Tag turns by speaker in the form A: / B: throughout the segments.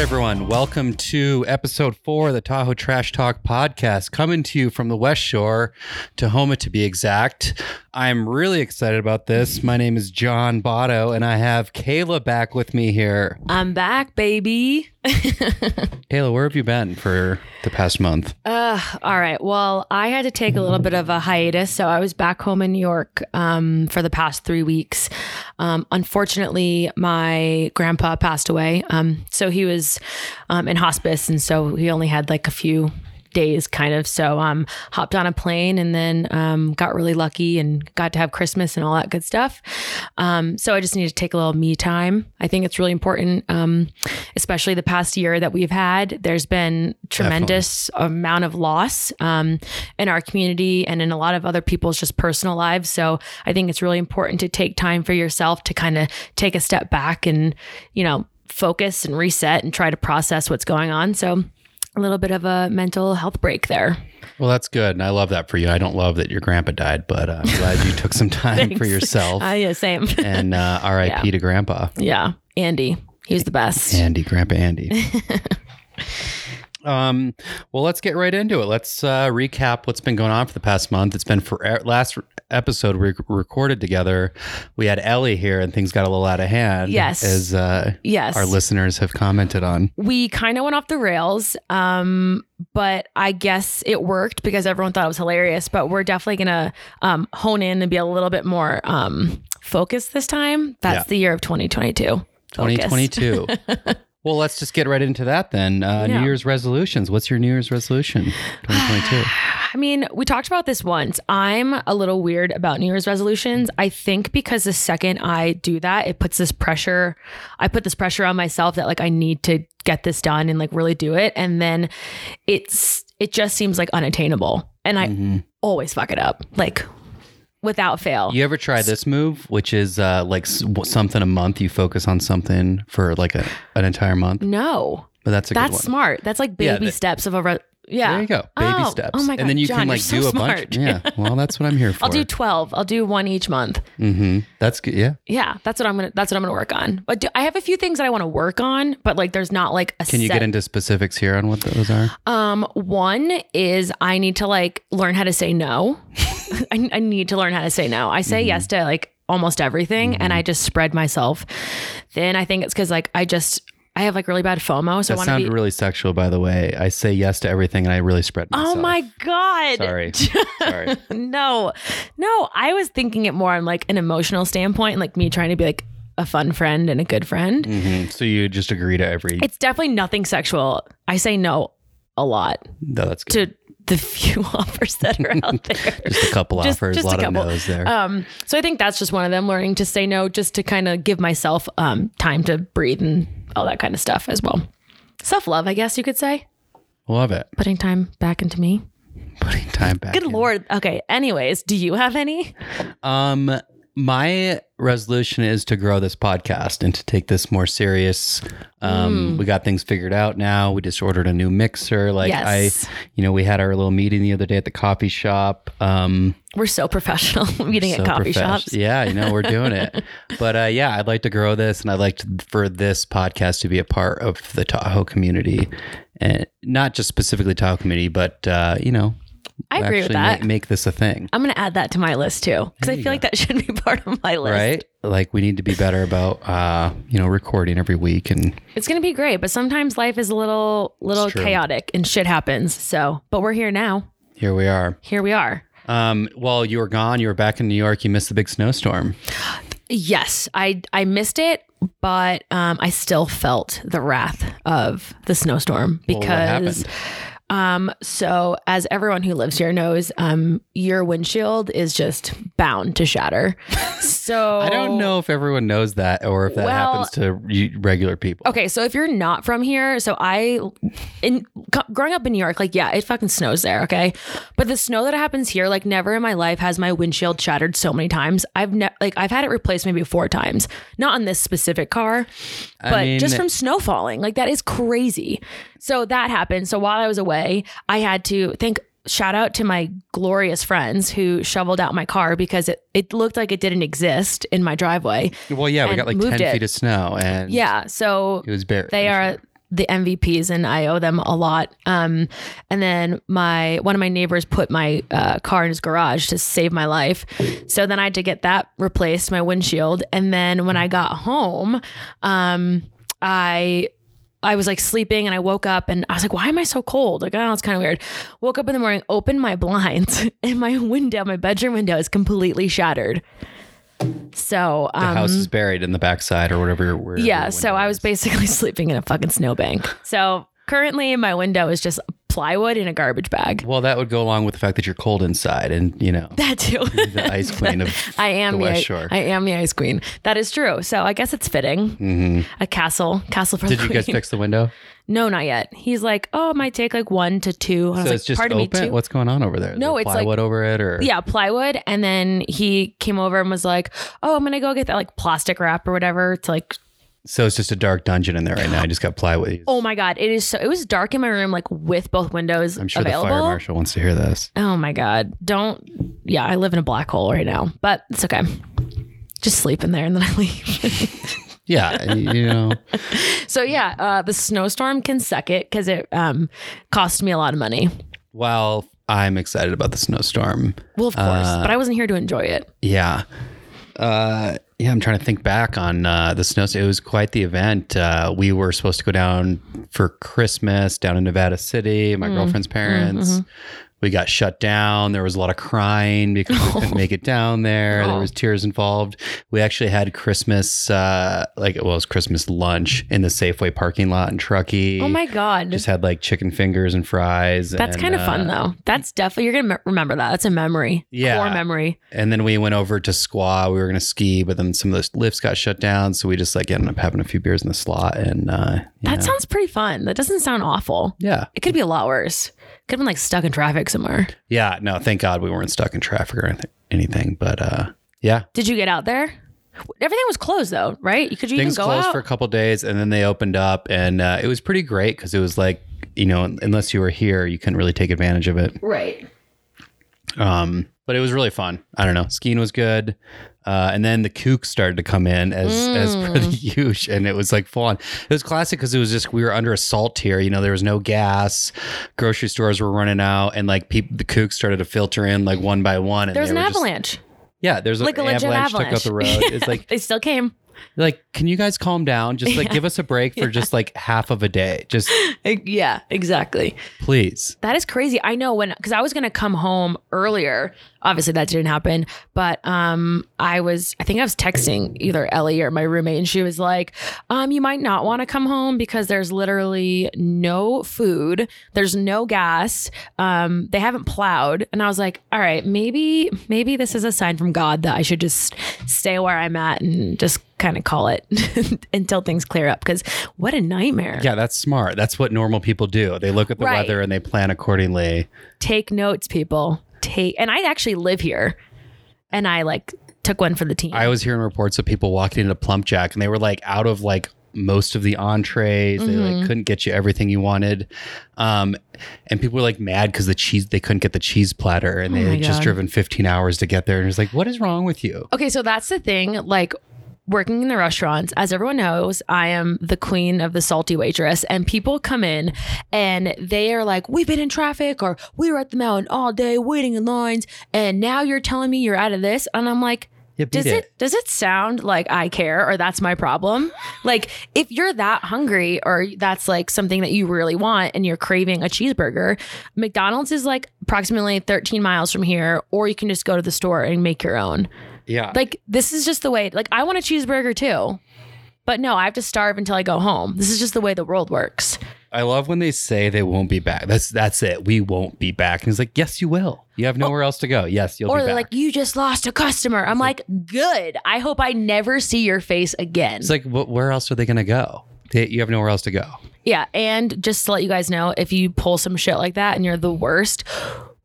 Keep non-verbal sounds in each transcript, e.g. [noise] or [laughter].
A: everyone. Welcome to episode four of the Tahoe Trash Talk podcast, coming to you from the West Shore, Tahoma to be exact. I'm really excited about this. My name is John Botto, and I have Kayla back with me here.
B: I'm back, baby.
A: Kayla, where have you been for the past month?
B: uh, all right. Well, I had to take a little bit of a hiatus, so I was back home in New York um, for the past three weeks. Um, unfortunately, my grandpa passed away, um, so he was um, in hospice, and so he only had like a few days, kind of. So um, hopped on a plane and then um, got really lucky and got to have Christmas and all that good stuff. Um, so I just need to take a little me time. I think it's really important, um, especially the past year that we've had. There's been tremendous amount of loss um, in our community and in a lot of other people's just personal lives. So I think it's really important to take time for yourself to kind of take a step back and, you know, focus and reset and try to process what's going on. So a little bit of a mental health break there.
A: Well, that's good, and I love that for you. I don't love that your grandpa died, but uh, I'm glad you took some [laughs] time for
B: Thanks.
A: yourself.
B: Ah, yeah, same.
A: and uh, R.I.P. to Grandpa.
B: [laughs] yeah, Andy, he was the best.
A: Andy, Grandpa
B: [laughs]
A: Andy. um, well, let's get right into it. Let's uh, recap what's been going on for the past month. It's been for last episode we recorded together. We had Ellie here, and things got a little out of hand.
B: Yes.
A: as uh,
B: Yes,
A: our listeners have commented on.
B: we kind of went off the rails, um, but I guess it worked because everyone thought it was hilarious. But we're definitely gonna um, hone in and be a little bit more um, focused this time. That's
A: Yeah.
B: the year of 2022. Focus. [laughs]
A: 2022. Well, let's just get right into that then. Uh,
B: Yeah.
A: New Year's resolutions. What's your New Year's resolution?
B: [sighs]
A: 2022.
B: I mean, we talked about this once. I'm a little weird about New Year's resolutions. I think because the second I do that, it puts this pressure. I put this pressure on myself that like I need to get this done and like really do it, and then it's it just seems like unattainable, and I
A: Mm-hmm.
B: always fuck it up, like without fail.
A: You ever try this move, which is uh, like s- w- something a month? You focus on something for like a, an entire month.
B: No,
A: But that's a good
B: that's
A: one.
B: smart. That's like baby
A: Yeah, that-
B: steps of a re- yeah.
A: There you go. Baby
B: Oh,
A: steps.
B: Oh my god!
A: and then you
B: John,
A: can
B: you're
A: like
B: so
A: do a
B: smart.
A: bunch. Yeah.
B: [laughs]
A: Well, that's what I'm here for.
B: I'll do twelve. I'll do one each month.
A: hmm That's good. Yeah.
B: yeah, that's what I'm gonna. That's what I'm gonna work on. But do, I have a few things that I want to work on, but like, there's not like a.
A: Can you
B: set.
A: get into specifics here on what those are?
B: Um, one is I need to like learn how to
A: [laughs]
B: say no. I, I need to learn how to say no. I say yes
A: Mm-hmm.
B: to like almost everything, and I just spread myself. Then I think it's because like I just I have like really bad FOMO, so I
A: that
B: want to
A: sounded
B: be.
A: really sexual, by the way. I say yes to everything and I really spread
B: oh
A: myself.
B: my god! [laughs]
A: Sorry. Sorry.
B: no, no. I was thinking it more on like an emotional standpoint, like me trying to be like a fun friend and a good friend.
A: hmm So you just agree to every.
B: It's definitely nothing sexual. I say no a lot
A: no, that's good.
B: to the [laughs] few offers that are out there.
A: Just a couple
B: just-
A: offers,
B: just
A: a lot
B: a
A: of
B: couple.
A: no's there.
B: um, so I think that's just one of them learning to say no, just to kind of give myself um, time to breathe and all that kind of stuff as well. Self love, I guess you could say,
A: Love it.
B: putting time back into me.
A: Putting time back.
B: Good
A: in.
B: lord. Okay. Anyways, do you have any?
A: Um, my resolution is to grow this podcast and to take this more serious.
B: Hmm.
A: Um, we got things figured out now. We just ordered a new mixer. Like
B: Yes.
A: I, you know, we had our little meeting the other day at the coffee shop. Um,
B: We're so professional [laughs] meeting
A: so
B: at coffee
A: profesh-
B: shops.
A: Yeah, you know, we're doing
B: [laughs]
A: it. but uh, yeah, I'd like to grow this, and I'd like to, for this podcast to be a part of the Tahoe community, and not just specifically Tahoe community, but uh, you know,
B: I agree with
A: actually ma-
B: that.
A: Make, this a thing.
B: I'm going to add that to my list too, because I feel like that [laughs] should be part of my list.
A: Right? Like we need to be better about uh, you know, recording every week and
B: It's gonna be great, but sometimes life is a little little
A: true.
B: chaotic and shit happens. So, but we're here now.
A: here we are.
B: Here we are.
A: Um, while you were gone, you were back in New York, you missed the big snowstorm.
B: Yes, I I missed it, but um, I still felt the wrath of the snowstorm
A: Well, what
B: because.
A: happened?
B: um, so as everyone who lives here knows, um, your windshield is just bound
A: [laughs]
B: to shatter. So
A: I don't know if everyone knows that or if that
B: Oh. Well- Oh,
A: happens to re- regular people.
B: Okay, so if you're not from here, so I, in co- growing up in New York, like yeah, it fucking snows there, okay, but the snow that happens here, like never in my life has my windshield shattered so many times. I've ne- like I've had it replaced maybe four times, not on this specific car,
A: I
B: but
A: mean-
B: just from snow falling, like that is crazy. So that happened. So while I was away, I had to think. Shout out to my glorious friends who shoveled out my car because it, it looked like it didn't exist in my driveway.
A: Well, yeah, we
B: and
A: got like
B: moved
A: ten
B: it.
A: feet of snow, and
B: Yeah. So
A: it was bare.
B: They are the MVPs and I owe them a lot. Um, and then my one of my neighbors put my uh, car in his garage to save my life. So then I had to get that replaced, my windshield. And then when I got home, um, I I was like sleeping and I woke up and I was like, why am I so cold? Like, oh, it's kind of weird. Woke up in the morning, opened my blinds, [laughs] and my window, my bedroom window is completely shattered. So,
A: The
B: um,
A: house is buried in the backside or whatever. wherever
B: yeah,
A: your
B: so
A: window
B: I was
A: [laughs] is.
B: basically sleeping in a fucking snowbank. So currently, my window is just plywood in a garbage bag. [laughs]
A: Well, that would go along with the fact that you're cold inside, and you know
B: That too.
A: the ice queen of.
B: [laughs] I am
A: The
B: the,
A: West
B: I-
A: Shore.
B: I am the ice queen. That is true. So I guess it's fitting.
A: Mhm.
B: A castle, castle for
A: Did
B: the
A: you
B: queen.
A: guys fix the window?
B: [laughs] no, not yet. He's like, oh, it might take like one to two. And I was
A: So
B: like,
A: it's just
B: pardon me,
A: open.
B: two.
A: What's going on over there? Is
B: No,
A: there
B: it's like-
A: plywood over it, or
B: yeah, plywood. And then he came over and was like, oh, I'm gonna go get that like plastic wrap or whatever to like
A: So it's just a dark dungeon in there right now. I just got plywood.
B: Oh my god, it is so it was dark in my room, like with both windows
A: I'm sure
B: available.
A: the fire marshal wants to hear this.
B: Oh my God. Don't. Yeah, I live in a black hole right now, but it's okay. Just sleep in there and then I leave. [laughs]
A: Yeah, you you know. [laughs]
B: so yeah, uh, the snowstorm can suck it because it um, cost me a lot of money.
A: Well, I'm excited about the snowstorm.
B: Well, of course,
A: Uh,
B: but I wasn't here to enjoy it.
A: Yeah. Uh, yeah, I'm trying to think back on uh, the snow. It was quite the event. Uh, we were supposed to go down for Christmas down in Nevada City.
B: Mm-hmm.
A: My girlfriend's parents. We got shut down. There was a lot of crying because we
B: [laughs]
A: couldn't make it down there. There
B: Oh.
A: was tears involved. We actually had Christmas, uh, like well, it was Christmas lunch in the Safeway parking lot in Truckee.
B: Oh my God.
A: Just had like chicken fingers and fries.
B: That's
A: and,
B: kind of
A: uh,
B: fun though. That's definitely, you're going to remember that. That's a memory.
A: Yeah.
B: Core memory.
A: And then we went over to Squaw. We were going to ski, but then some of those lifts got shut down. So we just like ended up having a few beers in the slot. And uh, you
B: That
A: know.
B: sounds pretty fun. That doesn't sound awful.
A: yeah.
B: It could be a lot worse. Could have been like stuck in traffic somewhere.
A: Yeah. No, thank God we weren't stuck in traffic or anything. anything but uh, yeah,
B: Did you get out there? Everything was closed though, right? You Could you
A: things
B: even go
A: closed
B: out?
A: for a couple days and then they opened up. And uh, it was pretty great because it was like, you know, unless you were here, you couldn't really take advantage of it.
B: right.
A: Um, but it was really fun. I don't know. Skiing was good. Uh, and then the kook started to come in as as
B: Mm.
A: per the [laughs] huge, and it was like full on. It was classic because it was just we were under assault here. You know, there was no gas, grocery stores were running out, and like people, the kook started to filter in like one by one. And
B: There was
A: they
B: an
A: were just-
B: avalanche.
A: yeah, there's
B: like a
A: an
B: legit
A: avalanche, took
B: avalanche.
A: out the road.
B: [laughs]
A: It's like
B: they still came.
A: like, can you guys calm down? Just like give us a break
B: [laughs]
A: for just like half of a day, just
B: Yeah, exactly.
A: please.
B: That is crazy. I know when because I was gonna come home earlier. Obviously, that didn't happen. But um, I was I think I was texting either Ellie or my roommate, and she was like, "Um, you might not want to come home because there's literally no food. There's no gas. Um, they haven't plowed." And I was like, "All right, maybe maybe this is a sign from God that I should just stay where I'm at and just." kind of call it [laughs] until things clear up because what a nightmare
A: Yeah, that's smart. That's what normal people do. They look at the
B: Right.
A: weather and they plan accordingly.
B: take notes, people. Take and I actually live here, and I like took one for the team.
A: I was hearing reports of people walking into Plump Jack and they were like out of like most of the entrees. They
B: Mm-hmm.
A: like couldn't get you everything you wanted. Um, and people were like mad because the cheese they couldn't get the cheese platter and they
B: Oh my
A: had just
B: God. Oh,
A: driven 15 hours to get there. And it's like, what is wrong with you?
B: okay, so that's the thing. Like working in the restaurants, as everyone knows, I am the queen of the salty waitress, and people come in and they are like, "We've been in traffic," or "We were at the mountain all day waiting in lines, and now you're telling me you're out of this," and I'm like.
A: Yeah, beat
B: Does
A: it.
B: it does it sound like I care or that's my problem? Like if you're that hungry or that's like something that you really want and you're craving a cheeseburger, McDonald's is like approximately 13 miles from here or you can just go to the store and make your own.
A: Yeah.
B: Like this is just the way like I want a cheeseburger too. But no, I have to starve until I go home. This is just the way the world works.
A: I love when they say they won't be back. That's that's it. We won't be back. And it's like, yes, you will. You have nowhere else to go. Yes, you'll
B: Oh. Or
A: be
B: they're
A: back.
B: like, you just lost a customer. I'm like, good. I hope I never see your face again.
A: it's like, wh- where else are they going to go? They, you have nowhere else to go.
B: Yeah, and just to let you guys know, if you pull some shit like that and you're the worst,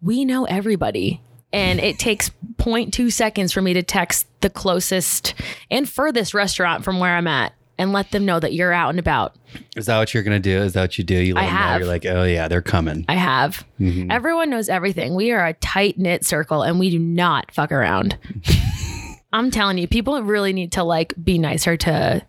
B: we know everybody. And it takes 0.2 seconds for me to text the closest and furthest restaurant from where I'm at and let them know that you're out and about.
A: Is that what you're going to do? Is that what you do? You let
B: I
A: them
B: have.
A: know. You're like, oh, yeah, they're coming.
B: I have.
A: Mm-hmm. [laughs]
B: Everyone knows everything. We are a tight knit circle and we do not fuck around. I'm telling you, people really need to like be nicer to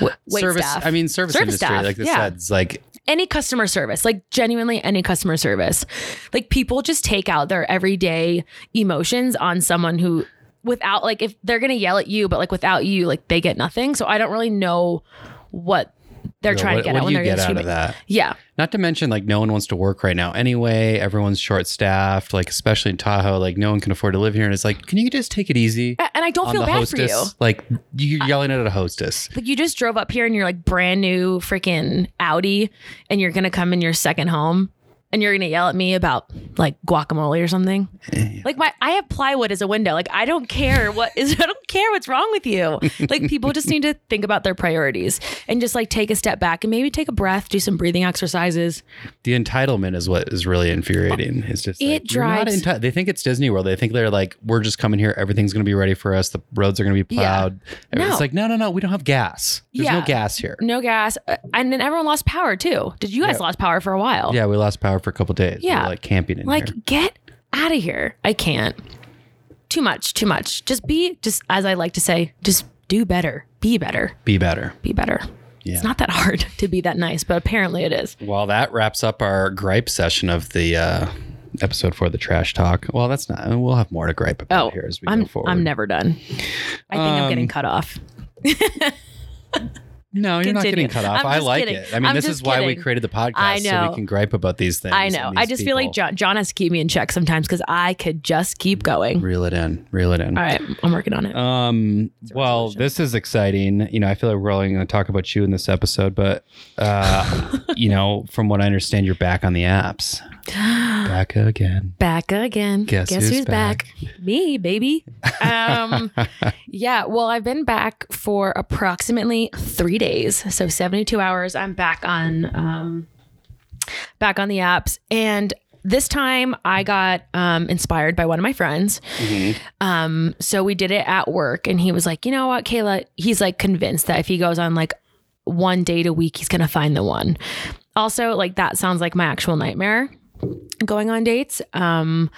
B: w- wait
A: service.
B: staff.
A: I mean, service,
B: Service
A: industry,
B: staff,
A: like this
B: yeah.
A: said's like
B: any customer service, like genuinely any customer service. Like people just take out their everyday emotions on someone who without like if they're going to yell at you but like without you like they get nothing. So I don't really know what they're
A: you know,
B: trying
A: what,
B: to get
A: what
B: at
A: do
B: when
A: you
B: they're
A: get out
B: screaming.
A: of that?
B: Yeah.
A: Not to mention, like, no one wants to work right now anyway. Everyone's short staffed, like, especially in Tahoe. Like, no one can afford to live here. And it's like, can you just take it easy
B: A- And I don't
A: on
B: feel
A: the
B: bad
A: hostess?
B: for you.
A: Like, you're yelling at a hostess.
B: Like you just drove up here in your like brand new freaking Audi and you're going to come in your second home and you're going to yell at me about like guacamole or something. Like my I have plywood as a window. Like I don't care what is [laughs] I don't care what's wrong with you. Like people just need to think about their priorities and just like take a step back and maybe take a breath, do some breathing exercises.
A: The entitlement is what is really infuriating. It's just
B: It
A: like, you're not
B: drives-
A: enti- they think it's Disney World. They think they're like, we're just coming here. Everything's going to be ready for us. The roads are going to be
B: Yeah.
A: plowed. And
B: No.
A: It's like, no, no, no. We don't have gas. There's no
B: Yeah.
A: gas here.
B: No gas. Uh, And then everyone lost power too. Did you guys
A: Yeah.
B: lost power for a while?
A: Yeah, we lost power for a couple days. We were,
B: Yeah.
A: like camping in
B: Like,
A: here.
B: get out of here. I can't. Too much, too much. Just be, just as I like to say, just do better. Be better.
A: Be better.
B: Be better.
A: Yeah.
B: It's not that hard [laughs] to be that nice, but apparently it is.
A: Well, that wraps up our gripe session of the uh, episode for the trash talk. Well, that's not. We'll have more to gripe about
B: Oh,
A: here as we
B: I'm,
A: go forward. Um,
B: I'm never done. I think I'm getting cut off.
A: no, you're not getting
B: Continue.
A: cut off.
B: I'm
A: I
B: just
A: like
B: kidding.
A: it. I mean,
B: I'm
A: this
B: just
A: is why we
B: kidding.
A: created the podcast
B: I
A: so
B: know.
A: we can gripe about these things.
B: I
A: and
B: know.
A: these
B: I just feel like
A: people.
B: John, John has to keep me in check sometimes because I could just keep going.
A: Reel it in. Reel it in.
B: All right, I'm working on it.
A: Um.
B: a
A: Well,
B: resolution.
A: this is exciting. You know, I feel like we're only going to talk about you in this episode, but
B: [laughs]
A: uh, you know, from what I understand, you're back on the
B: [gasps]
A: apps. Back again.
B: back again.
A: Guess who's
B: Me, baby.
A: [laughs]
B: Um, yeah. Well, I've been back for approximately three days, so seventy-two hours. I'm back on, um, back on the apps, and this time I got um, inspired by one of my friends.
A: Mm-hmm.
B: Um, so we did it at work, and he was like, "You know what, Kayla?" He's like convinced that if he goes on like one date a week, he's gonna find the one. Also, like that sounds like my actual nightmare going on dates. Um,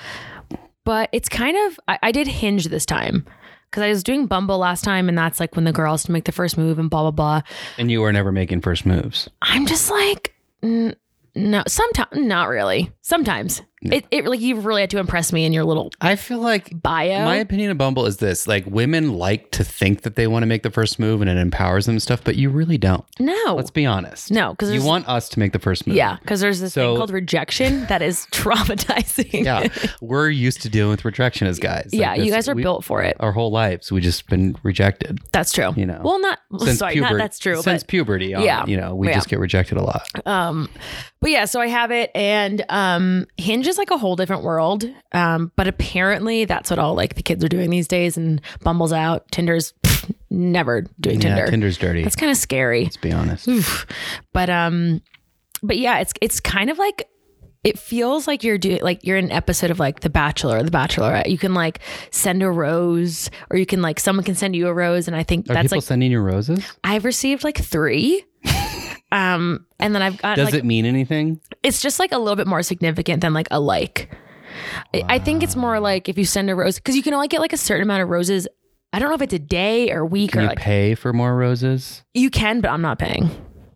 B: but it's kind of I, I did hinge this time because I was doing Bumble last time, and that's like when the girls to make the first move and blah blah blah.
A: And you were never making first moves.
B: I'm just like, n- no, sometimes not really. Sometimes it, it like you really had to impress me in your little
A: I feel like
B: bio.
A: My opinion of Bumble is this: like women like to think that they want to make the first move and it empowers them and stuff, but you really don't.
B: no,
A: Let's be honest.
B: no, because
A: you want us to make the first move.
B: yeah, because there's this
A: So-
B: thing called rejection that is [laughs] traumatizing. [laughs]
A: yeah. We're used to dealing with rejection as guys. Like
B: yeah, you
A: this-
B: guys are
A: we-
B: built for it.
A: Our whole lives, we just been rejected.
B: That's true.
A: You know,
B: well, not
A: Since
B: sorry,
A: puberty,
B: not, that's true. but-
A: Since puberty, on,
B: Yeah.
A: You know, we
B: Yeah.
A: just get rejected a lot.
B: Um, but yeah, so I have it, and um, Hinge is like a whole different world. Um, but apparently that's what all like the kids are doing these days, and Bumble's out, Tinder's pff, never doing Tinder.
A: Yeah, Tinder's dirty.
B: That's kind of scary.
A: Let's be honest.
B: Oof. But um, but yeah, it's it's kind of like it feels like you're doing like you're in an episode of like The Bachelor or The Bachelorette. You can like send a rose, or you can like someone can send you a rose, and I think
A: Are
B: that's
A: people
B: like
A: sending you roses?
B: I've received like
A: [laughs]
B: three. Um, and then I've got
A: Does
B: like
A: it mean anything?
B: it's just like a little bit more significant than like a like. I I think it's more like if you send a rose because you can only get like a certain amount of roses. I don't know if it's a day or week
A: Can
B: or
A: you
B: like
A: pay for more roses?
B: you can, but I'm not paying.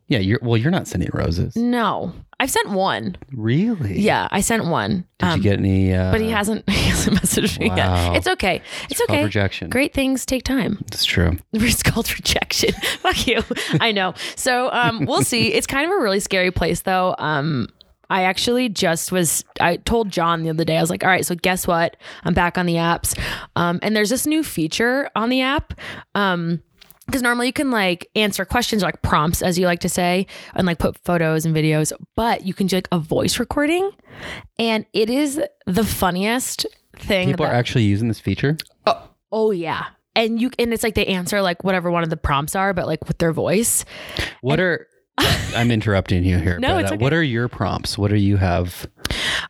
A: Yeah, you're well. You're not sending roses,
B: No, I've sent one.
A: really.
B: Mm. Yeah, I sent one. Um,
A: Did you get any? Uh,
B: but he hasn't [laughs] he hasn't messaged me
A: Wow.
B: yet. It's okay. It's,
A: called
B: okay.
A: rejection.
B: Great things take time.
A: That's true.
B: [laughs] It's called rejection. [laughs] Fuck you. I know. So um,
A: [laughs]
B: we'll see. It's kind of a really scary place, though. Um, I actually just was. I told John the other day. I was like, "All right, so guess what? I'm back on the apps, um, and there's this new feature on the app." Um, because normally you can like answer questions or like prompts, as you like to say, and like put photos and videos, but you can do like a voice recording. And it is the funniest thing.
A: People
B: that-
A: are actually using this feature.
B: Oh yeah. And you and it's like they answer like whatever one of the prompts are, but like with their voice.
A: What
B: [laughs]
A: are I'm interrupting you here.
B: No,
A: but,
B: it's
A: uh,
B: okay.
A: What are your prompts? What do you have?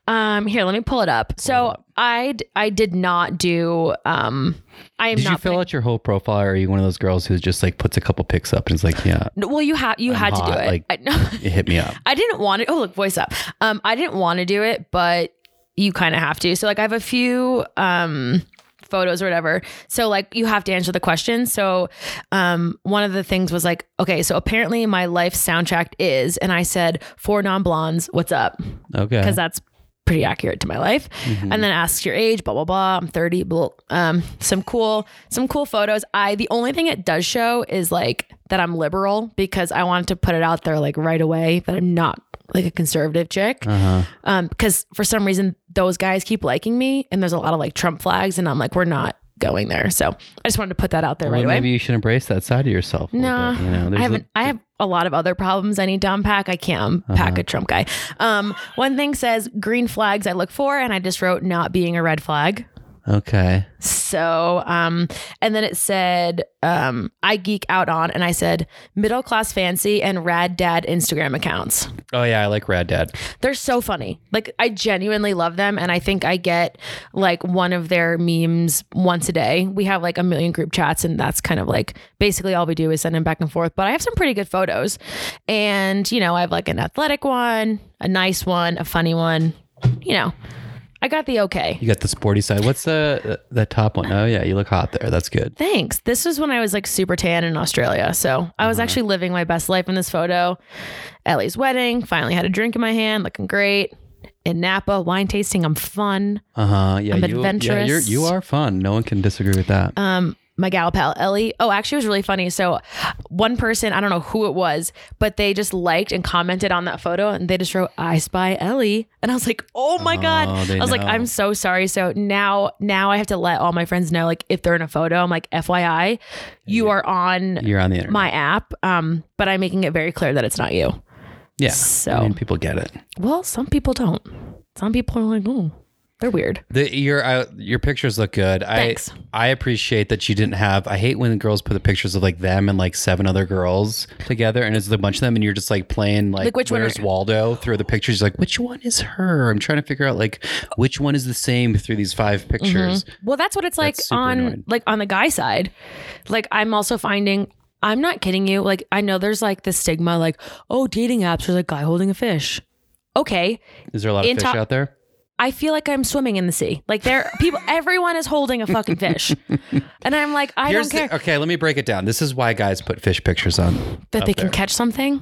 B: Um, here, let me pull it up. So
A: Oh.
B: I d- I did not do um I am
A: Did
B: not
A: you fill out your whole profile, or are you one of those girls who just like puts a couple pics up and is like,
B: [laughs]
A: "Yeah,
B: No, well, you had you
A: I'm
B: had to
A: hot,
B: do it.
A: like-
B: I, no, [laughs]
A: it hit me up."
B: I didn't want to. Oh, look, voice up. Um, I didn't want to do it, but you kind of have to. So like, I have a few um photos or whatever. So like you have to answer the question. So um one of the things was like, okay, so apparently my life soundtrack is and I said four non-blondes, what's up?
A: Okay.
B: Cuz that's pretty accurate to my life.
A: Mhm.
B: And then asks your age, blah blah blah. I'm 30. Blah, um some cool some cool photos. I the only thing it does show is like that I'm liberal because I wanted to put it out there like right away that I'm not like a conservative chick
A: uh-huh.
B: um because for some reason those guys keep liking me and there's a lot of like trump flags and i'm like we're not going there so i just wanted to put that out there
A: Well,
B: right away
A: maybe you should embrace that side of yourself. a little
B: no
A: bit, you know,
B: i
A: there's
B: haven't I have a lot of other problems i need to unpack i can't unpack
A: Uh-huh.
B: a trump guy um one thing says green flags i look for and i just wrote not being a red flag
A: A, okay.
B: so um and then it said um i geek out on and i said middle class fancy and rad dad instagram accounts
A: Oh yeah, I like Rad Dad.
B: They're so funny. Like I genuinely love them and I think I get like one of their memes once a day. We have like a million group chats and that's kind of like basically all we do is send them back and forth, but I have some pretty good photos. And you know, I have like an athletic one, a nice one, a funny one. You know, I got the okay.
A: You got the sporty side. What's the the top one? Oh yeah, you look hot there. That's good.
B: Thanks. This was when I was like super tan in Australia. So I was actually living my best life in this photo. Ellie's wedding, finally had a drink in my hand, looking great. In Napa, wine tasting, I'm fun.
A: Uh huh. Yeah,
B: I'm
A: you, Yeah, you're,
B: adventurous.
A: you are fun. No one can disagree with that.
B: um my gal pal Ellie. Oh, actually, it was really funny. So, one person, I don't know who it was, but they just liked and commented on that photo and they just wrote, I spy Ellie. And I was like, oh my God.
A: Oh,
B: I
A: they
B: was like,
A: know.
B: I'm so sorry. So now, now I have to let all my friends know, like, if they're in a photo, I'm like, FYI, you are on
A: you're on the internet.
B: my app. Um, but I'm making it very clear that it's not you.
A: yeah. I
B: So,
A: mean, people get it.
B: well, some people don't. Some people are like, oh, they're weird.
A: The, your uh, your pictures look good.
B: Thanks.
A: I I appreciate that you didn't have. I hate when girls put the pictures of like them and like seven other girls together, and it's a bunch of them, and you're just like playing like,
B: Like, which one
A: Where's
B: are-
A: Waldo through the pictures. Like which one is her? I'm trying to figure out like which one is the same through these
B: Mm-hmm.
A: five pictures.
B: Well, that's what it's like
A: That's super
B: on
A: annoying.
B: like on the guy side. Like I'm also finding I'm not kidding you. Like I know there's like the stigma like oh dating apps are like guy holding a fish. Okay,
A: Is there a lot of
B: In
A: fish
B: top-
A: out there?
B: I feel like I'm swimming in the sea. Like there people [laughs] everyone is holding a fucking fish. and I'm like I
A: Here's
B: don't care
A: the, okay. Let me break it down. This is why guys put fish pictures on.
B: that they
A: up
B: can
A: there.
B: catch something.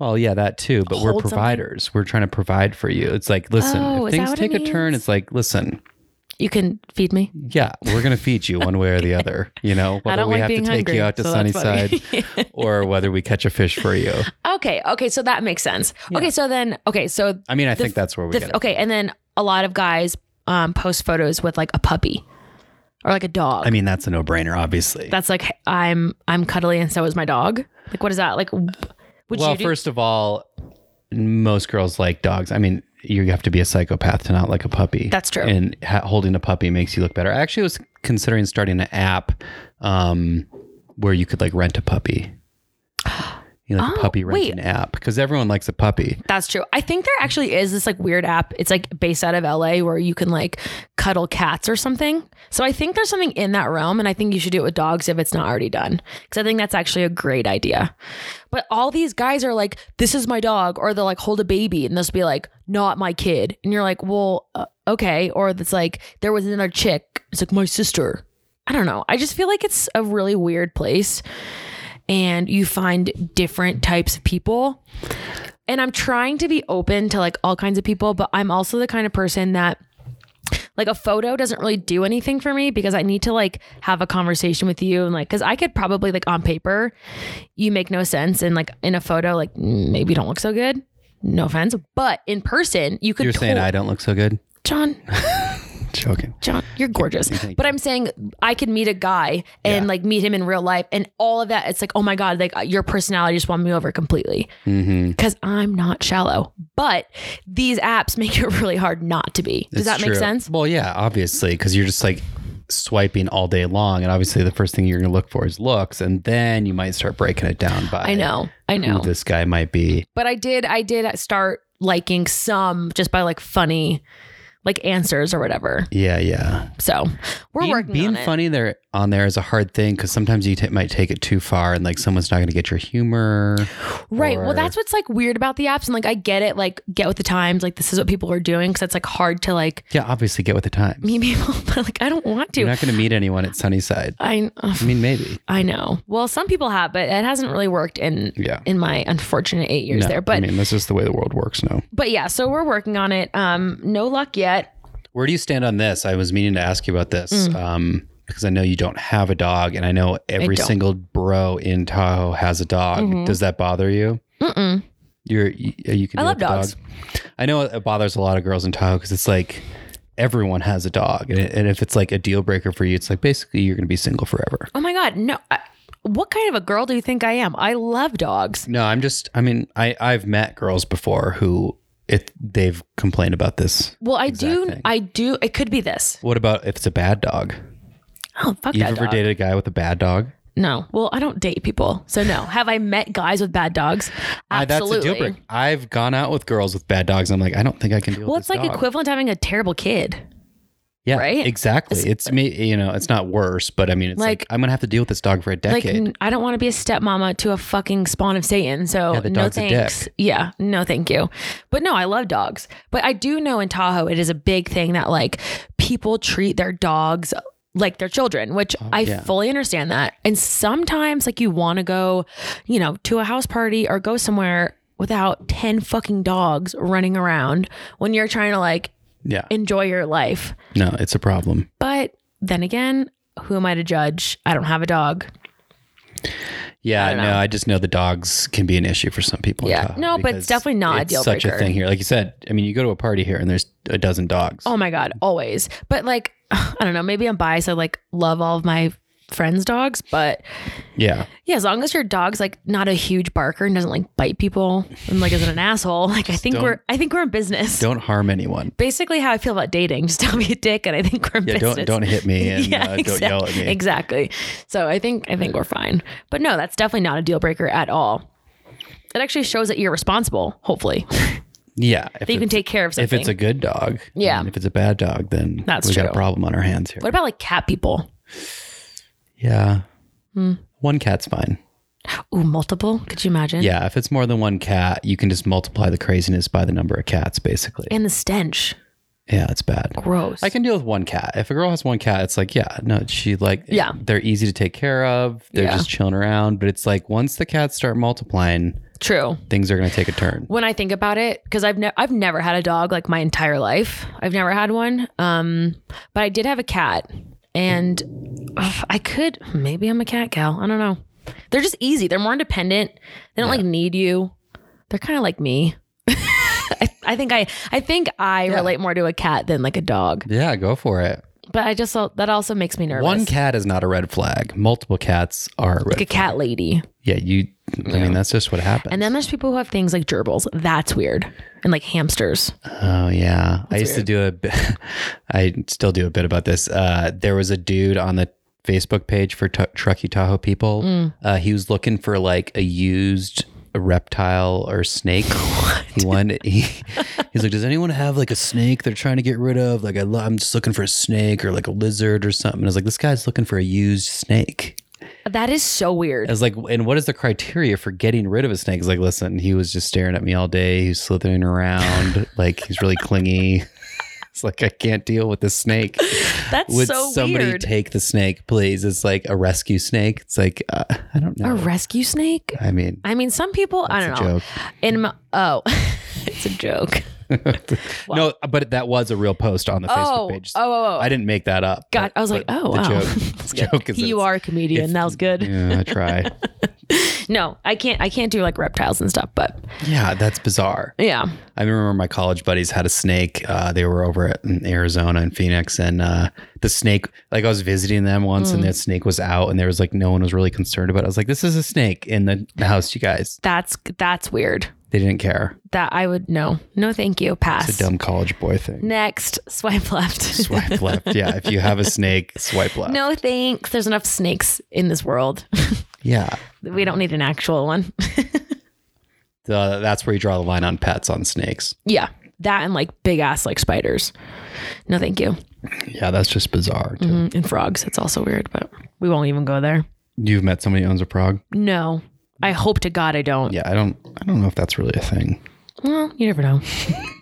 A: Well, yeah, that too. But we're
B: Hold something?
A: providers. We're trying to provide for you. It's like, listen,
B: Oh,
A: if
B: is that
A: things
B: what it
A: take a turn,
B: means?
A: it's like, listen,
B: You can feed me.
A: yeah, we're gonna feed you one way or the other. You know,
B: [laughs] I
A: whether
B: don't
A: we
B: like
A: have to
B: being
A: take
B: hungry.
A: you out to
B: so that's
A: Sunnyside
B: funny. [laughs]
A: [laughs] or whether we catch a fish for you.
B: okay, okay, so that makes sense. Okay, so then okay, so
A: I mean, I
B: The
A: think
B: f-
A: that's where we
B: the-
A: get it.
B: okay, and then a lot of guys um, post photos with like a puppy or like a dog.
A: I mean, that's a no-brainer, obviously.
B: That's like hey, I'm I'm cuddly and so is my dog. Like what is that? Like w- would
A: well,
B: you do?
A: first of all, most girls like dogs. I mean, you have to be a psychopath to not like a puppy.
B: That's true.
A: And ha- holding a puppy makes you look better. I actually was considering starting an app um, where you could like rent a
B: [gasps]
A: puppy. You know, like
B: Oh,
A: a puppy renting app because everyone likes a puppy.
B: That's true. I think there actually is this like weird app. It's like based out of LA where you can like cuddle cats or something. So I think there's something in that realm and I think you should do it with dogs if it's not already done. Cuz I think that's actually a great idea. But all these guys are like this is my dog or they'll like hold a baby and they'll just be like not my kid. And you're like, "Well, uh, okay." Or it's like there was another chick. It's like my sister. I don't know. I just feel like it's a really weird place and you find different types of people and I'm trying to be open to like all kinds of people, but I'm also the kind of person that like a photo doesn't really do anything for me because I need to like have a conversation with you and like cuz I could probably like on paper you make no sense and like in a photo like mm, maybe you don't look so good. No offense, but in person you could
A: You're saying
B: tol-
A: I don't look so good?
B: John
A: Joking.
B: John, you're gorgeous.
A: Thank you.
B: But I'm saying I could meet a guy and
A: Yeah.
B: like meet him in real life and all of that. It's like, oh my God, like your personality just won me over completely.
A: Mm-hmm.
B: Because I'm not shallow. But these apps [laughs] make it really hard not to be. Does
A: It's
B: that make
A: true.
B: sense?
A: Well, yeah, obviously, because you're just like swiping all day long, and obviously, the first thing you're going to look for is looks, and then you might start breaking it down by
B: I know. I
A: who
B: know.
A: this guy might be.
B: But I did, I did start liking some just by like funny, like answers or whatever.
A: Yeah, yeah.
B: So we're
A: being,
B: working
A: being
B: on it.
A: funny there on there is a hard thing because sometimes you ta- might take it too far and like someone's not going to get your humor.
B: Right.
A: or-
B: Well, that's what's like weird about the apps. And like, I get it, like, get with the times. Like, this is what people are doing. Cause it's like hard to like
A: Yeah, obviously get with the times.
B: meet people, [laughs] but like, I don't want
A: You're
B: to.
A: not going to meet anyone at Sunnyside.
B: I,
A: I mean, maybe.
B: I know. Well, some people have, but it hasn't really worked in,
A: Yeah.
B: in my unfortunate eight years
A: No,
B: there. But,
A: I mean, that's just the way the world works now.
B: but yeah, so we're working on it. Um, no luck yet.
A: Where do you stand on this? I was meaning to ask you about this
B: Mm.
A: um, because I know you don't have a dog, and I know every
B: don't.
A: single bro in Tahoe has a dog.
B: Mhm.
A: Does that bother you?
B: Mm-mm.
A: You're you, you can.
B: I
A: deal
B: love
A: with the dog.
B: dogs.
A: I know it bothers a lot of girls in Tahoe because it's like everyone has a dog, and, and if it's like a deal breaker for you, it's like basically you're going to be single forever.
B: Oh my God. No. I, what kind of a girl do you think I am? I love dogs.
A: No, I'm just. I mean, I I've met girls before who it they've complained about this.
B: Well, I
A: Exact
B: do.
A: thing.
B: I do. It could be this.
A: What about if it's a bad dog?
B: Oh, fuck
A: You've
B: that
A: ever
B: dog.
A: dated a guy with a bad dog?
B: No. Well, I don't date people. So no. Have I met guys with bad dogs?
A: I- that's
B: Absolutely.
A: a deal breaker. I've gone out with girls with bad dogs. I'm like, I don't think I can deal
B: Well,
A: with
B: it's
A: this
B: like
A: dog.
B: equivalent to having a terrible kid.
A: yeah,
B: right?
A: Exactly. It's, me. You know, it's not worse, but I mean, it's like,
B: Like-
A: I'm gonna have to deal with this dog for a
B: Like
A: decade.
B: n- I don't want to be a stepmama to a fucking spawn of Satan. So
A: Yeah, the
B: no
A: dog's a dick.
B: thanks. Yeah, no thank you. But no, I love dogs. But I do know in Tahoe it is a big thing that like people treat their dogs like their children, which I
A: Oh, yeah.
B: fully understand that. And sometimes like you want to go, you know, to a house party or go somewhere without 10 fucking dogs running around when you're trying to like
A: yeah.
B: enjoy your life.
A: No, it's a problem.
B: But then again, who am I to judge? I don't have a dog.
A: Yeah.
B: don't
A: no,
B: know.
A: I just know the dogs can be an issue for some people. in
B: Yeah.
A: Tahoe
B: No, but it's
A: because
B: definitely not a
A: it's
B: deal
A: such
B: breaker.
A: a thing here. Like you said, I mean, you go to a party here and there's a dozen dogs.
B: Oh my god, always. But like, [sighs] I don't know. Maybe I'm biased. I like love all of my friends' dogs, but
A: Yeah.
B: yeah, as long as your dog's like not a huge barker and doesn't like bite people and like isn't an asshole, like I think
A: don't-
B: we're I think we're in business.
A: Don't harm anyone.
B: Basically, how I feel about dating. [laughs] Just don't be a dick, and I think we're in
A: Yeah.
B: business.
A: Don't don't hit
B: [laughs]
A: me and
B: Yeah,
A: uh,
B: exact-
A: don't yell at me.
B: Exactly. So I think I think we're fine. But no, that's definitely not a deal breaker at all. It actually shows that you're responsible. Hopefully,
A: Yeah. If
B: that you can
A: it's-
B: take care of
A: if
B: something.
A: it's a good dog.
B: Yeah.
A: and if it's a bad dog, then
B: That's
A: we got a
B: true.
A: problem on our hands here.
B: what about like cat people?
A: Yeah.
B: Hmm.
A: One cat's fine.
B: Ooh, multiple? Could you imagine?
A: Yeah. If it's more than one cat, you can just multiply the craziness by the number of cats, basically.
B: And the stench.
A: yeah, it's bad.
B: Gross.
A: I can deal with one cat. If a girl has one cat, it's like, yeah, no, she like,
B: Yeah.
A: they're easy to take care of. They're
B: Yeah.
A: just chilling around. But it's like once the cats start multiplying,
B: True.
A: things are going to take a turn.
B: When I think about it, because I've ne- I've never had a dog like my entire life. I've never had one. Um, but I did have a cat, and ugh, I could maybe I'm a cat gal. I don't know. They're just easy. They're more independent. They don't like need you. They're kind of like me. [laughs] I, I think I I think I relate more to a cat than like a dog.
A: Yeah, go for it.
B: But I just that also makes me nervous.
A: One cat is not a red flag. Multiple cats are a red.
B: like a cat lady.
A: yeah, you. I mean, that's just what happens.
B: And then there's people who have things like gerbils. That's weird. And like hamsters.
A: Oh yeah, I used to do a bit. [laughs] I still do a bit about this. Uh, there was a dude on the Facebook page for t- Truckee Tahoe people. Uh, he was looking for like a used reptile or snake. He wanted. He, he's like, does anyone have like a snake they're trying to get rid of? Like, I lo- I'm just looking for a snake or like a lizard or something. And I was like, this guy's looking for a used snake.
B: That is so weird.
A: I was like, and what is the criteria for getting rid of a snake? He's like, listen, he was just staring at me all day. He's slithering
B: [laughs]
A: around. like, he's really clingy. [laughs] It's like, I can't deal with this snake.
B: That's
A: Would
B: so
A: somebody
B: weird.
A: take the snake, please? It's like a rescue snake. It's like, uh, I don't
B: a
A: know.
B: rescue snake?
A: I mean,
B: I mean, some people. I
A: it's
B: don't
A: a
B: know.
A: joke.
B: In my, oh, [laughs] it's a joke.
A: No, but that was a real post on the
B: Oh,
A: Facebook page.
B: oh, oh, oh.
A: I didn't make that up.
B: God,
A: but-
B: I was like,
A: but
B: oh
A: the
B: wow, [laughs]
A: Joke,
B: That's
A: the
B: good.
A: joke is that [laughs]
B: you
A: it's-
B: are a comedian.
A: if-
B: that was good.
A: Yeah, I
B: [laughs]
A: try.
B: No, I can't. I can't do like reptiles and stuff. But
A: yeah, that's bizarre.
B: yeah,
A: I remember my college buddies had a snake. Uh, they were over at, in Arizona and Phoenix, and uh, the snake. Like I was visiting them once, and that snake was out, and there was like no one was really concerned about. it. I was like, "This is a snake in the, the house, you guys."
B: that's that's weird.
A: They didn't care.
B: That I would no, no, thank you. Pass.
A: It's a dumb college boy thing.
B: Next, swipe left.
A: Swipe left. Yeah, if you have a snake, swipe left.
B: [laughs] no thanks. There's enough snakes in this world. [laughs]
A: Yeah,
B: we don't need an actual one. [laughs]
A: The- that's where you draw the line on pets on snakes.
B: yeah, That and like big ass like spiders. No, thank you.
A: Yeah, that's just bizarre. Too.
B: Mm, And frogs. It's also weird, but we won't even go there.
A: You've met somebody who owns a frog.
B: No. I hope to God I don't.
A: Yeah, I don't. I don't know if that's really a thing.
B: Well, you never [laughs] know.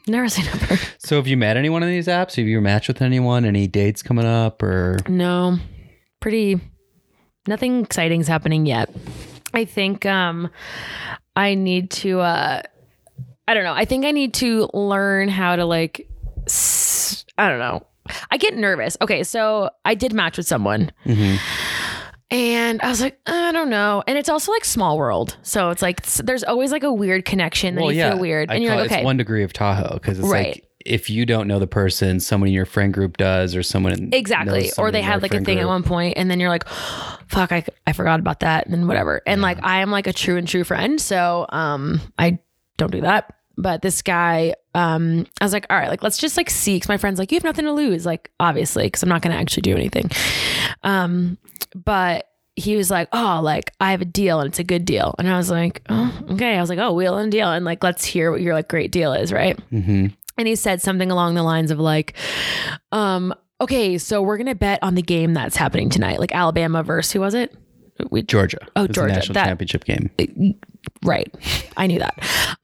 B: never say never.
A: So, have you met anyone on these apps? Have you matched with anyone? Any dates coming up? Or
B: No. Pretty nothing exciting's happening yet. I think um I need to uh I don't know. I think I need to learn how to like s- I don't know. I get nervous. Okay, so I did match with someone. And I was like, "Uh, I don't know. And it's also like small world. So it's like s- there's always like a weird connection that you feel weird.
A: I
B: And you're
A: call
B: like,
A: it-
B: okay.
A: it's one degree of Tahoe because it's
B: Right.
A: like if you don't know the person, someone in your friend group does, or someone in,
B: Exactly.
A: knows someone
B: Or
A: in
B: they
A: their
B: had like a
A: friend
B: thing at
A: group.
B: one point and then you're like, fuck, I, I forgot about that and whatever. And like I am like a true and true friend. So um I don't do that. But this guy, um, I was like, all right, like let's just like see. Cause my friend's like, you have nothing to lose, like obviously, because I'm not gonna actually do anything. Um, but he was like, oh, like I have a deal and it's a good deal. And I was like, oh, okay. I was like, oh, wheel and deal. And like, let's hear what your like great deal is, right?
A: Mhm.
B: and he said something along the lines of like um okay so we're gonna bet on the game that's happening tonight like alabama versus who was it we
A: Georgia.
B: Oh,
A: It was a
B: Georgia.
A: national
B: That-
A: championship game.
B: right i knew that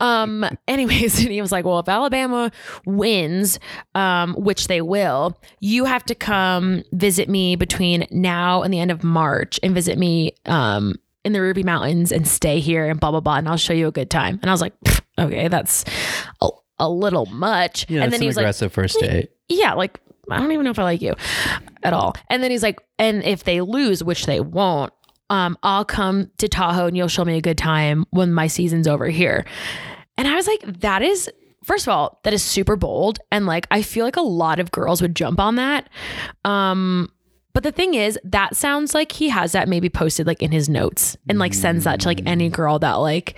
B: um [laughs] anyways and he was like well if alabama wins um which they will you have to come visit me between now and the end of march and visit me um in the ruby mountains and stay here and blah blah blah and i'll show you a good time and i was like "Pfft, okay that's a, a little much
A: Yeah, that's
B: and then he
A: an
B: was like
A: aggressive first date.
B: yeah, like I don't even know if I like you at all. And then he's like, and if they lose, which they won't, um, I'll come to Tahoe and you'll show me a good time when my season's over here. And I was like, that is first of all, that is super bold. And like I feel like a lot of girls would jump on that. Um but the thing is, that sounds like he has that maybe posted like in his notes and like sends that to like any girl that like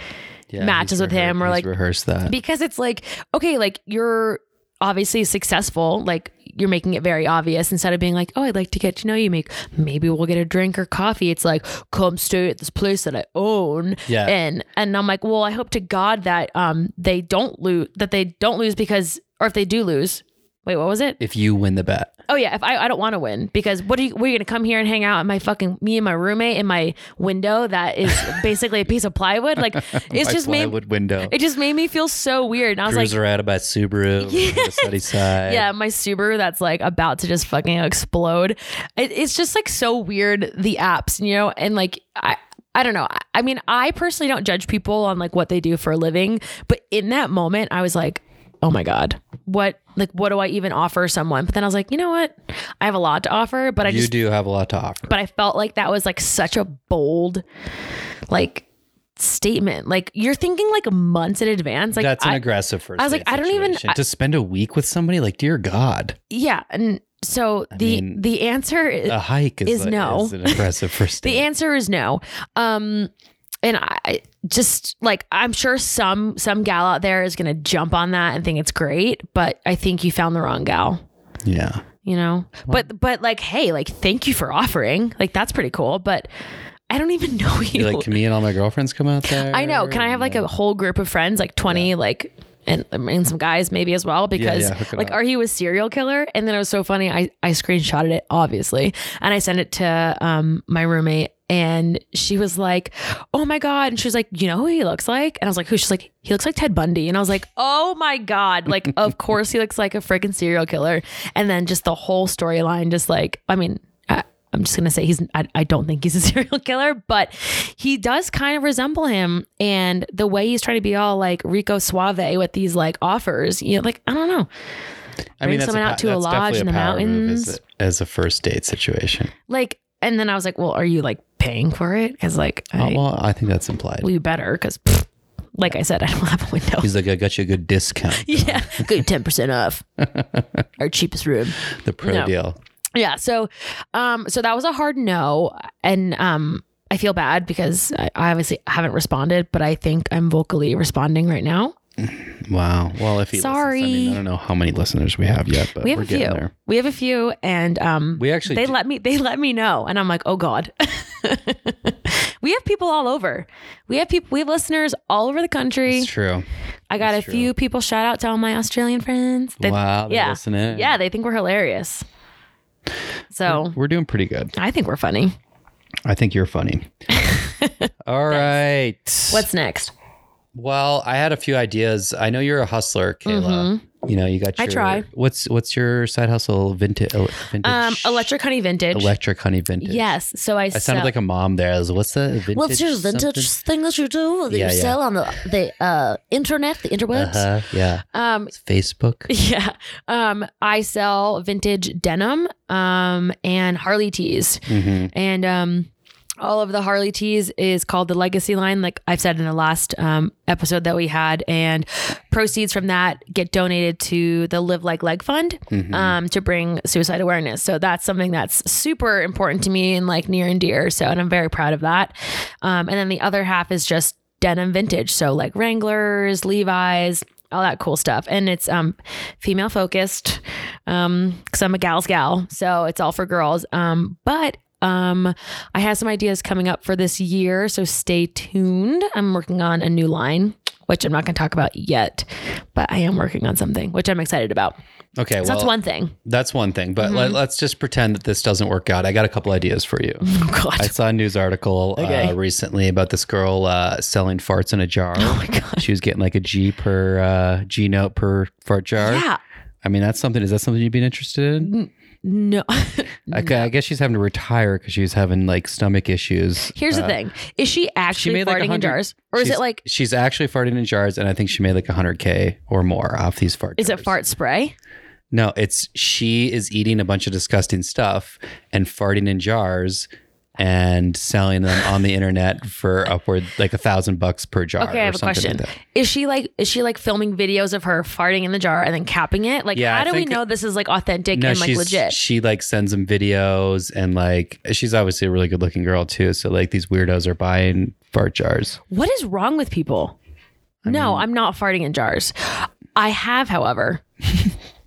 A: Yeah,
B: matches
A: he's
B: with him or,
A: he's
B: like-
A: rehearsed that.
B: because it's like okay like you're obviously successful like you're making it very obvious instead of being like oh i'd like to get to know you make maybe we'll get a drink or coffee it's like come stay at this place that i own
A: Yeah.
B: and and i'm like well i hope to god that um they don't lose that they don't lose because or if they do lose wait what was it
A: if you win the bet,
B: oh yeah if i, I don't want to win because what are you we're gonna come here and hang out at my fucking me and my roommate in my window that is basically a piece of plywood
A: [laughs]
B: like it's
A: My
B: just made
A: plywood window.
B: it just made me feel so weird and i was like
A: Cruiser out by
B: [laughs]
A: Subaru. on the sunny side.
B: Yeah, my Subaru that's like about to just fucking explode. It, it's just like so weird the apps, you know, and like I. I don't know. I- I mean, I personally don't judge people on like what they do for a living, but in that moment, I was like, "Oh my god, what? Like, what do I even offer someone?" But then I was like, "You know what? I have a lot to offer." But I
A: you
B: just,
A: do have a lot to offer.
B: but I felt like that was like such a bold, like, statement. Like you're thinking like months in advance. Like
A: That's an
B: I-
A: aggressive first.
B: I was
A: date
B: like, I don't even-
A: situation.
B: I-
A: to spend a week with somebody. Like, dear God,
B: yeah, and so the
A: mean, uh,
B: the answer is,
A: a hike is,
B: Is
A: like-
B: no.
A: is an aggressive first date.
B: [laughs] The answer is no. Um, and I- I just like I'm sure some some gal out there is gonna jump on that and think it's great, but I think you found the wrong gal.
A: yeah,
B: You know, but but like, hey, like, thank you for offering. Like, that's pretty cool. But I don't even [laughs] know you.
A: You're like, can me and all my girlfriends come out there?
B: I know. Can I have like a whole group of friends, like twenty, like and and some guys maybe as well? Because
A: yeah, hook it
B: like,
A: up.
B: are you a serial killer? And then it was so funny. I I screenshotted it obviously, and I sent it to um my roommate. And she was like, "Oh my god!" And she was like, "You know who he looks like?" And I was like, "Who?" She's like, "He looks like Ted Bundy." And I was like, "Oh my god!" Like, of course he looks like a freaking serial killer. And then just the whole storyline, just like, I mean, I, I'm just gonna say he's. I, I don't think he's a [laughs] serial killer, but he does kind of resemble him, and the way he's trying to be all like Rico Suave with these like offers, you know, like I don't know.
A: I mean,
B: bring
A: that's
B: someone
A: a,
B: out
A: po-
B: to a
A: that's
B: lodge
A: definitely
B: in the
A: power move as
B: mountains.
A: a- as a first date situation.
B: Like, and then I was like, well, are you like paying for it? Because like, I,
A: Oh, well, I think that's implied.
B: well, you better, because like I said, I don't [laughs] have a window.
A: [laughs] He's like, I got you a good discount.
B: [laughs] yeah, good ten percent off our cheapest room.
A: The pro
B: No.
A: deal.
B: Yeah. So, um, so that was a hard no, and um, I feel bad because I, I obviously haven't responded, but I think I'm vocally responding right now.
A: Wow. Well, if he
B: Sorry.
A: listens, I mean, I don't know how many listeners we have yet, but
B: We have
A: are
B: a few.
A: getting there.
B: We have a few, and um,
A: We actually
B: they
A: do-
B: let me they let me know, and I'm like, oh god, [laughs] we we have people all over. We have people, we have listeners all over the country.
A: It's true.
B: I got a
A: it's true.
B: few people shout out to all my Australian friends. They-
A: wow. They're
B: yeah.
A: listening.
B: Yeah, they think we're hilarious. So
A: We're doing pretty good.
B: I think we're funny.
A: I think you're
B: [laughs]
A: funny. All right.
B: What's next?
A: Well, I had a few ideas. I know you're a hustler, Kayla. You know, you got
B: Mm-hmm. I
A: your
B: try.
A: What's what's your side hustle vintage vintage
B: Um, Electric Honey Vintage.
A: electric honey vintage?
B: Yes. So I,
A: I sounded
B: sell-
A: like a mom there. I was, what's the vintage?
C: What's your vintage
A: something?
C: thing that you do that
A: Yeah,
C: you
A: yeah.
C: sell on the the uh, internet, the interwebs?
A: Uh-huh, yeah.
B: um
A: It's Facebook.
B: [laughs] yeah. Um I sell vintage denim um and Harley tees.
A: hmm
B: And um all of the Harley tees is called the Legacy line, like I've said in the last um, episode that we had. And proceeds from that get donated to the Live Like Leg Fund um, to bring suicide awareness. So that's something that's super important to me and like near and dear. So, and I'm very proud of that. Um, and then the other half is just denim vintage. So, like Wranglers, Levi's. All that cool stuff, and it's um, female focused, um, because I'm a gal's gal, so it's all for girls. Um, but um, I have some ideas coming up for this year, so stay tuned. I'm working on a new line, which I'm not going to talk about yet, but I am working on something, which I'm excited about.
A: Okay.
B: So
A: well,
B: that's one Mm-hmm. thing. [laughs]
A: thing. But let, us just pretend that this doesn't work out. I got a couple ideas for
B: [laughs]
A: you.
B: Oh God.
A: I saw a news article
B: Okay.
A: uh, recently about this girl uh, selling farts in a jar. Oh
B: [laughs]
A: my god! She was getting like a G per uh, G note per fart jar.
B: yeah.
A: I mean, that's something. Is that something you'd be interested
B: Mm-hmm.
A: in?
B: No. [laughs]
A: Okay, I guess she's having to retire because she's having like stomach issues.
B: Here's the
A: Uh,
B: thing: Is she actually
A: made, like,
B: farting in
A: 100
B: jars, or is
A: she's-
B: it like
A: she's actually farting in jars, and I think she made like 100k or more off these fart.
B: is it
A: jars.
B: fart spray?
A: No, it's she is eating a bunch of disgusting stuff and farting in jars and selling them on the internet for upward like a thousand bucks per jar.
B: Okay, I
A: or
B: have a
A: something
B: question.
A: Like that.
B: Is she like is she like filming videos of her farting in the jar and then capping it? Like,
A: Yeah, I
B: how do we
A: think-
B: know this is like authentic
A: No,
B: and like
A: she's
B: legit?
A: she like sends them videos and like she's obviously a really good looking girl too. So like these weirdos are buying fart jars.
B: What is wrong with people? no, I'm not farting in jars. I have, however, [laughs]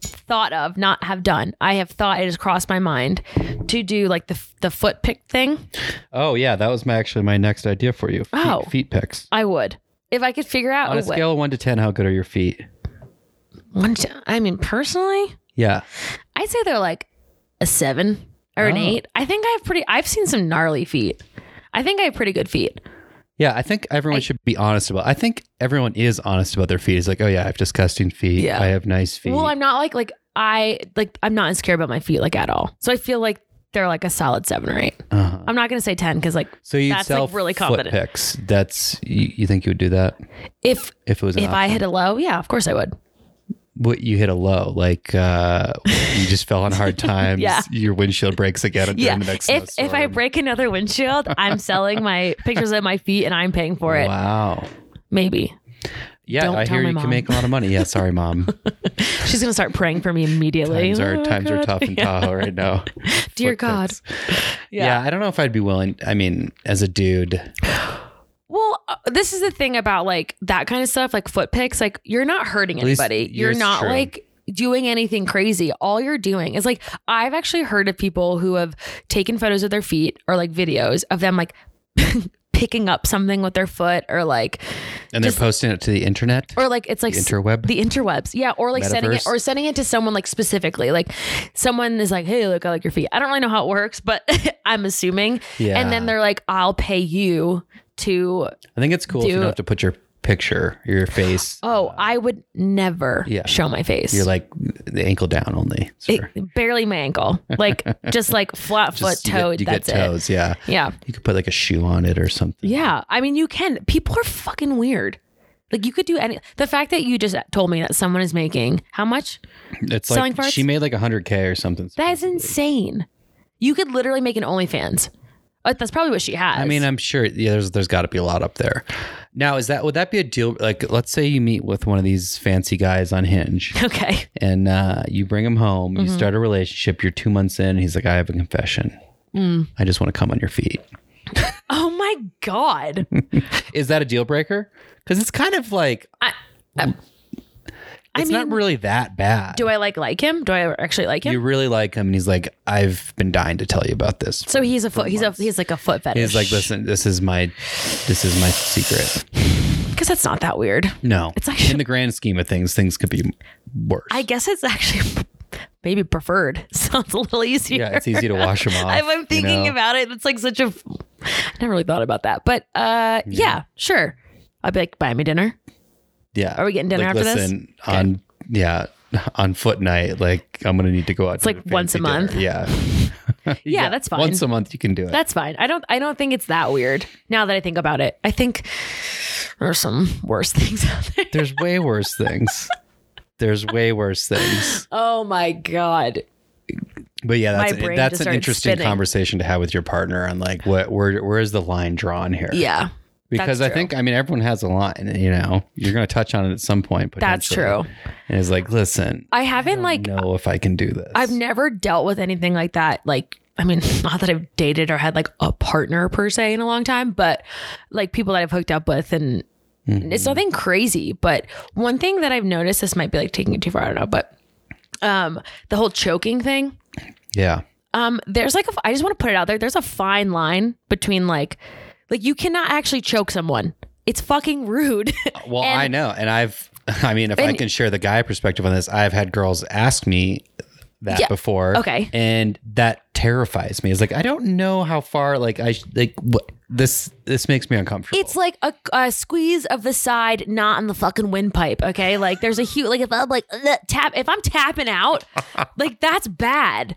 B: thought of, not have done. I have thought it has crossed my mind to do like the the foot pick thing.
A: Oh yeah, that was my actually my next idea for you. Feet,
B: Oh.
A: feet picks.
B: I would. If I could figure out
A: On a
B: a way.
A: scale of one to ten, how good are your feet?
B: One t- I mean, personally,
A: Yeah.
B: I'd say they're like a seven or an
A: Oh.
B: eight. I think I have pretty, I've seen some gnarly feet. I think I have pretty good feet.
A: Yeah, I think everyone should be honest about. I think everyone is honest about their feet. It's like, oh yeah, I have disgusting feet.
B: Yeah.
A: I have nice feet.
B: Well, I'm not like, like, I like, I'm not insecure about my feet like at all. So I feel like they're like a solid seven or eight.
A: Uh-huh.
B: I'm not going to say 10 because like
A: So you
B: That's,
A: sell
B: like, really
A: foot
B: confident.
A: picks. That's you, you think you would do that
B: if
A: if it was an
B: if I
A: option?
B: hit a low, yeah, of course I would.
A: what you hit a low like uh, you just fell on
B: [laughs]
A: hard times.
B: Yeah.
A: Your windshield breaks again during
B: Yeah.
A: the next
B: If if I
A: snowstorm.
B: break another windshield, I'm selling [laughs] my pictures of my feet and I'm paying for it.
A: Wow.
B: Maybe.
A: Yeah,
B: Don't
A: I
B: tell
A: hear
B: my
A: you
B: mom.
A: can make a lot of money. Yeah, sorry, mom.
B: [laughs] She's going to start praying for me immediately.
A: times are
B: Oh,
A: times are
B: God.
A: tough in
B: [laughs] Yeah.
A: Tahoe right now.
B: Dear
A: Foot
B: God.
A: picks. Yeah. I don't know if I'd be willing. I mean, as a dude,
B: Well, uh, this is the thing about like that kind of stuff, like foot picks. Like you're not hurting
A: least
B: anybody. You're
A: yours is
B: not
A: true.
B: like doing anything crazy. All you're doing is like I've actually heard of people who have taken photos of their feet or like videos of them like [laughs] picking up something with their foot or like
A: and
B: Just-
A: they're posting it to the internet,
B: or like it's like
A: the
B: s-
A: interweb.
B: the interwebs yeah or like sending it
A: Metaverse.
B: or sending it to someone like specifically like someone is like hey look i like your feet i don't really know how it works but [laughs] i'm assuming
A: Yeah.
B: and then they're like i'll pay you to
A: I think it's cool if you
B: do-
A: don't have to put your picture, your face.
B: oh i would never
A: Uh, Yeah.
B: show my face
A: You're like the ankle down only.
B: It-
A: Sure.
B: barely my ankle
A: [laughs]
B: like just like flat foot
A: Just- you get-
B: toed
A: You get,
B: that's it
A: toes. Yeah.
B: yeah
A: You could put like a shoe on it or something.
B: yeah i mean you can people are fucking weird like you could do any the fact that you just told me that someone is making how much
A: It's
B: Selling
A: like
B: farts?
A: she made like 100K or something.
B: That's insane. You could literally make an OnlyFans. Uh, That's probably what she has.
A: I mean, uh, I'm sure yeah, there's there's got to be a lot up there. Now, is that would that be a deal? Like, let's say you meet with one of these fancy guys on Hinge,
B: [laughs] okay.
A: and uh, you bring him home.
B: Mm-hmm.
A: You start a relationship. You're two months in. And he's like, I have a confession.
B: Mm.
A: I just want to come on your feet.
B: Oh my god.
A: [laughs] Is that a deal breaker? Because it's kind of like
B: I- I'm- I
A: It's
B: mean,
A: not really that bad.
B: do I like like him? Do I actually like him?
A: You really like him, and he's like, I've been dying to tell you about this.
B: so he's a foot. He's a he's like a foot fetish.
A: He's like, listen, this is my, this is my secret.
B: because that's not that weird.
A: No,
B: It's actually-
A: in the grand scheme of things, things could be worse.
B: I guess it's actually [laughs] maybe preferred. [laughs] Sounds a little easier.
A: yeah, it's
B: [laughs]
A: easy to wash them off.
B: I'm, I'm
A: you
B: thinking
A: know?
B: about it. It's like such a. I never really thought about that, but uh, yeah, sure. I'd be like, buy me dinner.
A: Yeah,
B: Are we getting dinner
A: like,
B: after this?
A: listen, On yeah, on foot night, like I'm gonna need to go out. It's
B: like once a month.
A: Yeah.
B: [laughs]
A: yeah,
B: that's
A: [laughs]
B: fine.
A: Once a month, you can do it.
B: That's fine. I don't. I don't think it's that weird. Now that I think about it, I think there's some worse [laughs] things out there.
A: There's way worse things. There's way worse things.
B: Oh my god.
A: But yeah,
B: My
A: that's
B: brain
A: that's
B: just
A: an
B: started
A: interesting
B: spinning.
A: conversation to have with your partner on like what where where is the line drawn here?
B: Yeah,
A: because
B: that's
A: I
B: true.
A: think I mean everyone has a line. You know, you're gonna touch on it at some point.
B: that's
A: potentially.
B: true.
A: And it's like, listen,
B: I haven't
A: I
B: like
A: don't know if I can do this.
B: I've never dealt with anything like that. Like, I mean, [laughs] not that I've dated or had like a partner per se in a long time, but like people that I've hooked up with, and it's nothing crazy. But one thing that I've noticed, this might be like taking it too far, I don't know, but um, the whole choking thing.
A: yeah.
B: Um, there's like a, I just want to put it out there. There's a fine line between like, like you cannot actually choke someone. It's fucking rude. [laughs]
A: Well,
B: And-
A: I know, and I've. [laughs] I mean, if I
B: And-
A: can share the guy perspective on this, I've had girls ask me that
B: Yeah.
A: before.
B: Okay.
A: and that terrifies me. It's like I don't know how far. Like I sh- like what this this makes me uncomfortable.
B: It's like a, a squeeze of the side, not in the fucking windpipe. Okay, like there's a huge like if I'm like "Ugh," tap if I'm tapping out, like that's bad.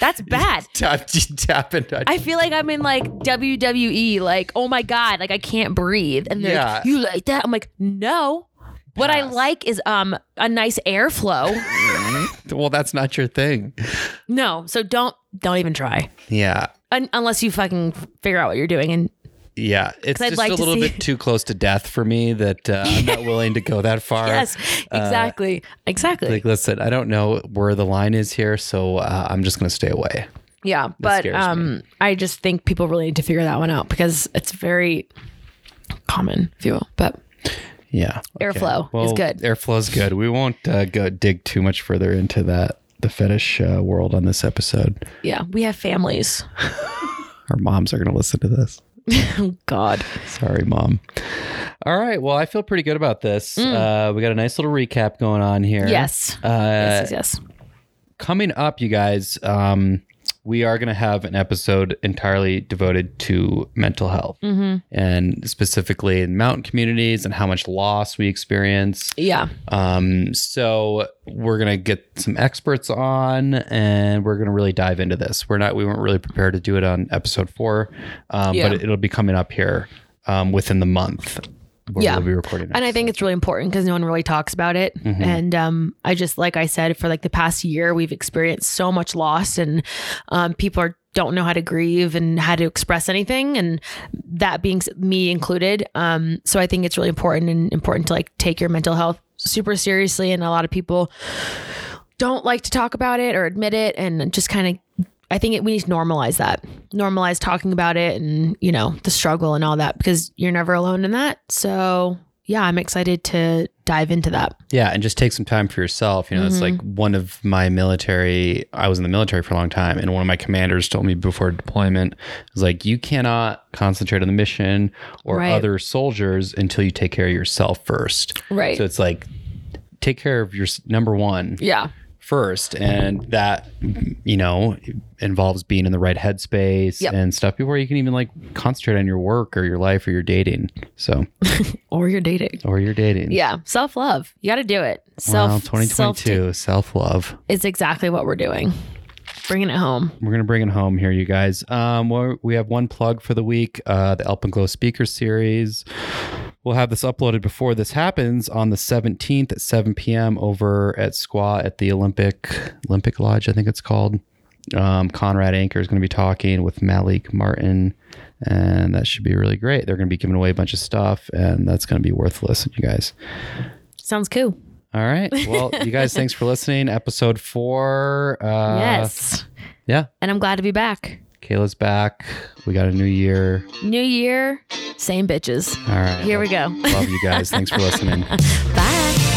B: That's bad.
A: [laughs] tap tap and touch.
B: I feel like I'm in like WWE. Like oh my god, like I can't breathe. And they're
A: Yeah.
B: like, you like that? I'm like no. What I
A: Pass.
B: like is um a nice airflow.
A: well, that's not your thing.
B: no, so don't don't even try
A: Yeah,
B: Un- unless you fucking figure out what you're doing. And
A: yeah. It's
B: 'Cause I'd
A: just
B: like
A: a
B: to
A: little
B: see-
A: bit too close to death for me. That uh, I'm
B: [laughs]
A: not willing to go that far.
B: yes, exactly, exactly.
A: Like, listen, I don't know where the line is here, so uh, I'm just gonna stay away.
B: Yeah, but
A: scares me.
B: um, I just think people really need to figure that one out because it's very common, if you will. But
A: Yeah.
B: Airflow is good.
A: Airflow's good. We won't uh, go dig too much further into that the fetish uh, world on this episode.
B: yeah, we have families.
A: Our moms are going to listen to this.
B: Oh God,
A: Sorry, mom. All right. Well, I feel pretty good about this. Uh, we got a nice little recap going on here.
B: Mm. yes.
A: Uh,
B: yes, yes, yes.
A: Coming up, you guys, um, we are going to have an episode entirely devoted to mental health
B: Mm-hmm.
A: and specifically in mountain communities and how much loss we experience.
B: Yeah,
A: Um, so we're gonna get some experts on, and we're gonna really dive into this. We're not, we weren't really prepared to do it on episode four, um,
B: Yeah.
A: but it'll be coming up here um, within the month. Where
B: Yeah.
A: we'll be recording.
B: and
A: it.
B: I think it's really important because no one really talks about it. And um, I just like I said, for like the past year, we've experienced so much loss, and um, people are don't know how to grieve and how to express anything and that being s- me included um so i think it's really important and important to like take your mental health super seriously and a lot of people don't like to talk about it or admit it and just kind of i think it, we need to normalize that normalize talking about it and you know the struggle and all that because you're never alone in that so yeah i'm excited to dive into that
A: yeah, and just take some time for yourself. You know, it's like
B: Mm-hmm.
A: one of my military. I was in the military for a long time, and one of my commanders told me before deployment, "Is like you cannot concentrate on the mission or
B: Right.
A: other soldiers until you take care of yourself first.
B: right
A: So it's like take care of your s- number one
B: yeah
A: first, and that you know involves being in the right headspace
B: Yep.
A: and stuff before you can even like concentrate on your work or your life or your dating. So
B: or you're dating
A: or your dating.
B: yeah self-love you got to do it self
A: Well,
B: self-
A: 2022 self love.
B: is exactly what we're doing. Bringing it home.
A: We're gonna bring it home here, you guys. Um, we're- we have one plug for the week: uh, the Elp and Glow Speaker Series. We'll have this uploaded before this happens on the 17th at 7 p.m. over at Squaw at the Olympic Olympic Lodge, I think it's called. Um, Conrad Anchor is going to be talking with Malik Martin, and that should be really great. They're going to be giving away a bunch of stuff, and that's going to be worth listening, you guys.
B: Sounds cool.
A: All right. Well, you guys, thanks for listening. Episode four. Uh,
B: yes.
A: Yeah.
B: And I'm glad to be back.
A: Kayla's back. We got a new year.
B: New year, same bitches.
A: All right.
B: Here we go. [laughs]
A: Love you guys. Thanks for listening.
B: Bye.